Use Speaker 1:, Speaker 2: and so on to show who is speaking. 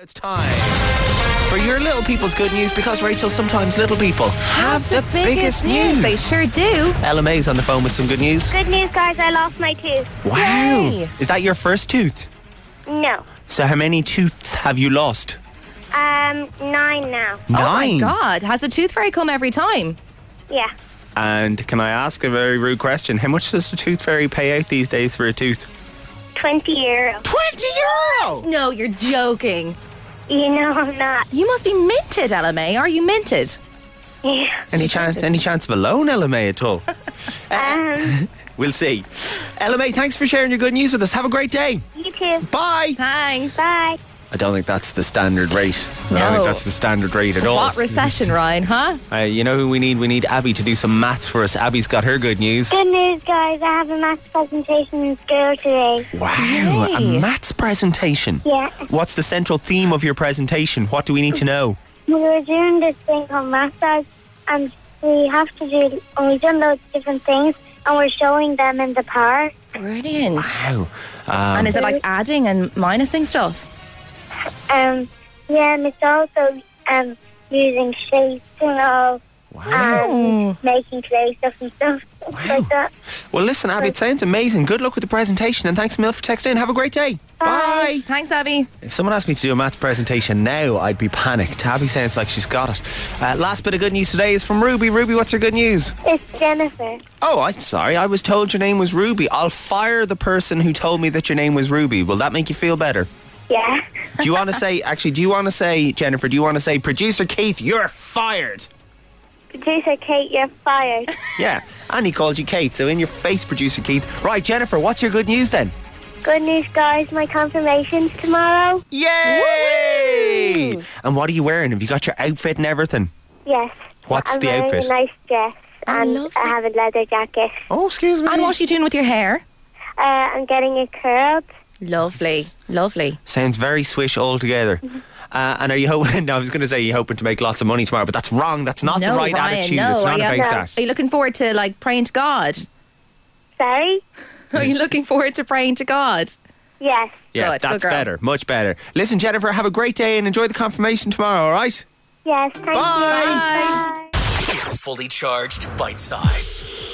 Speaker 1: It's time for your little people's good news because Rachel, sometimes little people have, the, biggest, news.
Speaker 2: They sure do. Oh
Speaker 1: Ella May's on the phone with some good news.
Speaker 3: Good news, guys, I lost my tooth.
Speaker 1: Wow!
Speaker 2: Yay.
Speaker 1: Is that your first tooth?
Speaker 3: No.
Speaker 1: So how many tooths have you lost?
Speaker 3: Um, nine now.
Speaker 2: Oh my
Speaker 1: Nine.
Speaker 2: God, has a tooth fairy come every time?
Speaker 3: Yeah.
Speaker 1: And can I ask a very rude question? How much does the tooth fairy pay out these days for a tooth?
Speaker 3: 20 euro.
Speaker 1: Twenty euro.
Speaker 2: No, you're joking.
Speaker 3: You know I'm not.
Speaker 2: You must be minted, LMA. Are you minted?
Speaker 3: Yeah.
Speaker 1: Any chance? Any chance of a loan, Ella May, at all?
Speaker 3: Um,
Speaker 1: We'll see. Ella May, thanks for sharing your good news with us. Have a great day.
Speaker 3: you too.
Speaker 1: Bye.
Speaker 2: Thanks.
Speaker 3: Bye.
Speaker 1: I don't think that's the standard rate. I don't think
Speaker 2: No.
Speaker 1: that's the standard rate at all.
Speaker 2: What recession, Ryan, huh?
Speaker 1: Uh, you know who we need? We need Abby to do some maths for us. Abby's got her good news.
Speaker 3: Good news, guys, I have a maths presentation in school today.
Speaker 1: Wow,
Speaker 2: Yay.
Speaker 1: a maths presentation.
Speaker 3: Yeah.
Speaker 1: What's the central theme of your presentation? What do we need to know?
Speaker 3: We were doing this thing called math bags, and we have to do, and we've done loads of different things, and we're showing them in the park.
Speaker 2: Brilliant.
Speaker 1: Wow.
Speaker 2: and is it like adding and minusing stuff?
Speaker 3: Um, yeah, and it's also, um, using shapes and all,
Speaker 1: Wow.
Speaker 3: and making clay stuff and stuff like that.
Speaker 1: Well, listen, Abby, it sounds amazing. Good luck with the presentation and thanks, Mill, for texting. Have a great day. Bye.
Speaker 2: Thanks, Abby.
Speaker 1: If someone asked me to do a maths presentation now, I'd be panicked. Abby sounds like she's got it. Uh, last bit of good news today is from Ruby. Ruby, what's her good news?
Speaker 3: It's Jennifer.
Speaker 1: Oh, I'm sorry. I was told your name was Ruby. I'll fire the person who told me that your name was Ruby. Will that make you feel better?
Speaker 3: Yeah.
Speaker 1: Do you want to say, actually, do you want to say, Jennifer, do you want to say, producer Keith, you're fired?
Speaker 3: Producer Kate, you're fired.
Speaker 1: Yeah. And he called you Kate, so in your face, producer Keith. Right, Jennifer, what's your good news then?
Speaker 3: Good news, guys. My confirmation's tomorrow.
Speaker 1: Yay! And what are you wearing? Have you got your outfit and everything?
Speaker 3: Yes.
Speaker 1: What's
Speaker 3: I'm
Speaker 1: the
Speaker 3: wearing
Speaker 1: outfit?
Speaker 3: a nice dress.
Speaker 2: Oh,
Speaker 3: And
Speaker 2: lovely.
Speaker 3: I have a leather jacket.
Speaker 1: Oh, excuse me.
Speaker 2: And what's she doing with your hair?
Speaker 3: Uh, I'm getting it curled.
Speaker 2: Lovely, lovely.
Speaker 1: Sounds very swish altogether.
Speaker 2: Mm-hmm.
Speaker 1: Uh, and are you hoping? No, I was going to say you're hoping to make lots of money tomorrow, but that's wrong. That's not
Speaker 2: No,
Speaker 1: the right
Speaker 2: Ryan,
Speaker 1: attitude.
Speaker 2: no,
Speaker 1: it's not
Speaker 2: I am
Speaker 1: about
Speaker 3: not.
Speaker 1: that.
Speaker 2: Are you looking forward to like praying to God?
Speaker 3: Sorry?
Speaker 2: Are you looking forward to praying to God?
Speaker 3: Yes.
Speaker 1: Yeah,
Speaker 2: Good, good
Speaker 1: that's
Speaker 2: girl.
Speaker 1: better. Much better. Listen, Jennifer, have a great day and enjoy the confirmation tomorrow, all right?
Speaker 3: Yes. Thank
Speaker 1: Bye.
Speaker 3: you.
Speaker 2: Bye.
Speaker 3: Bye.
Speaker 4: It's fully charged bite size.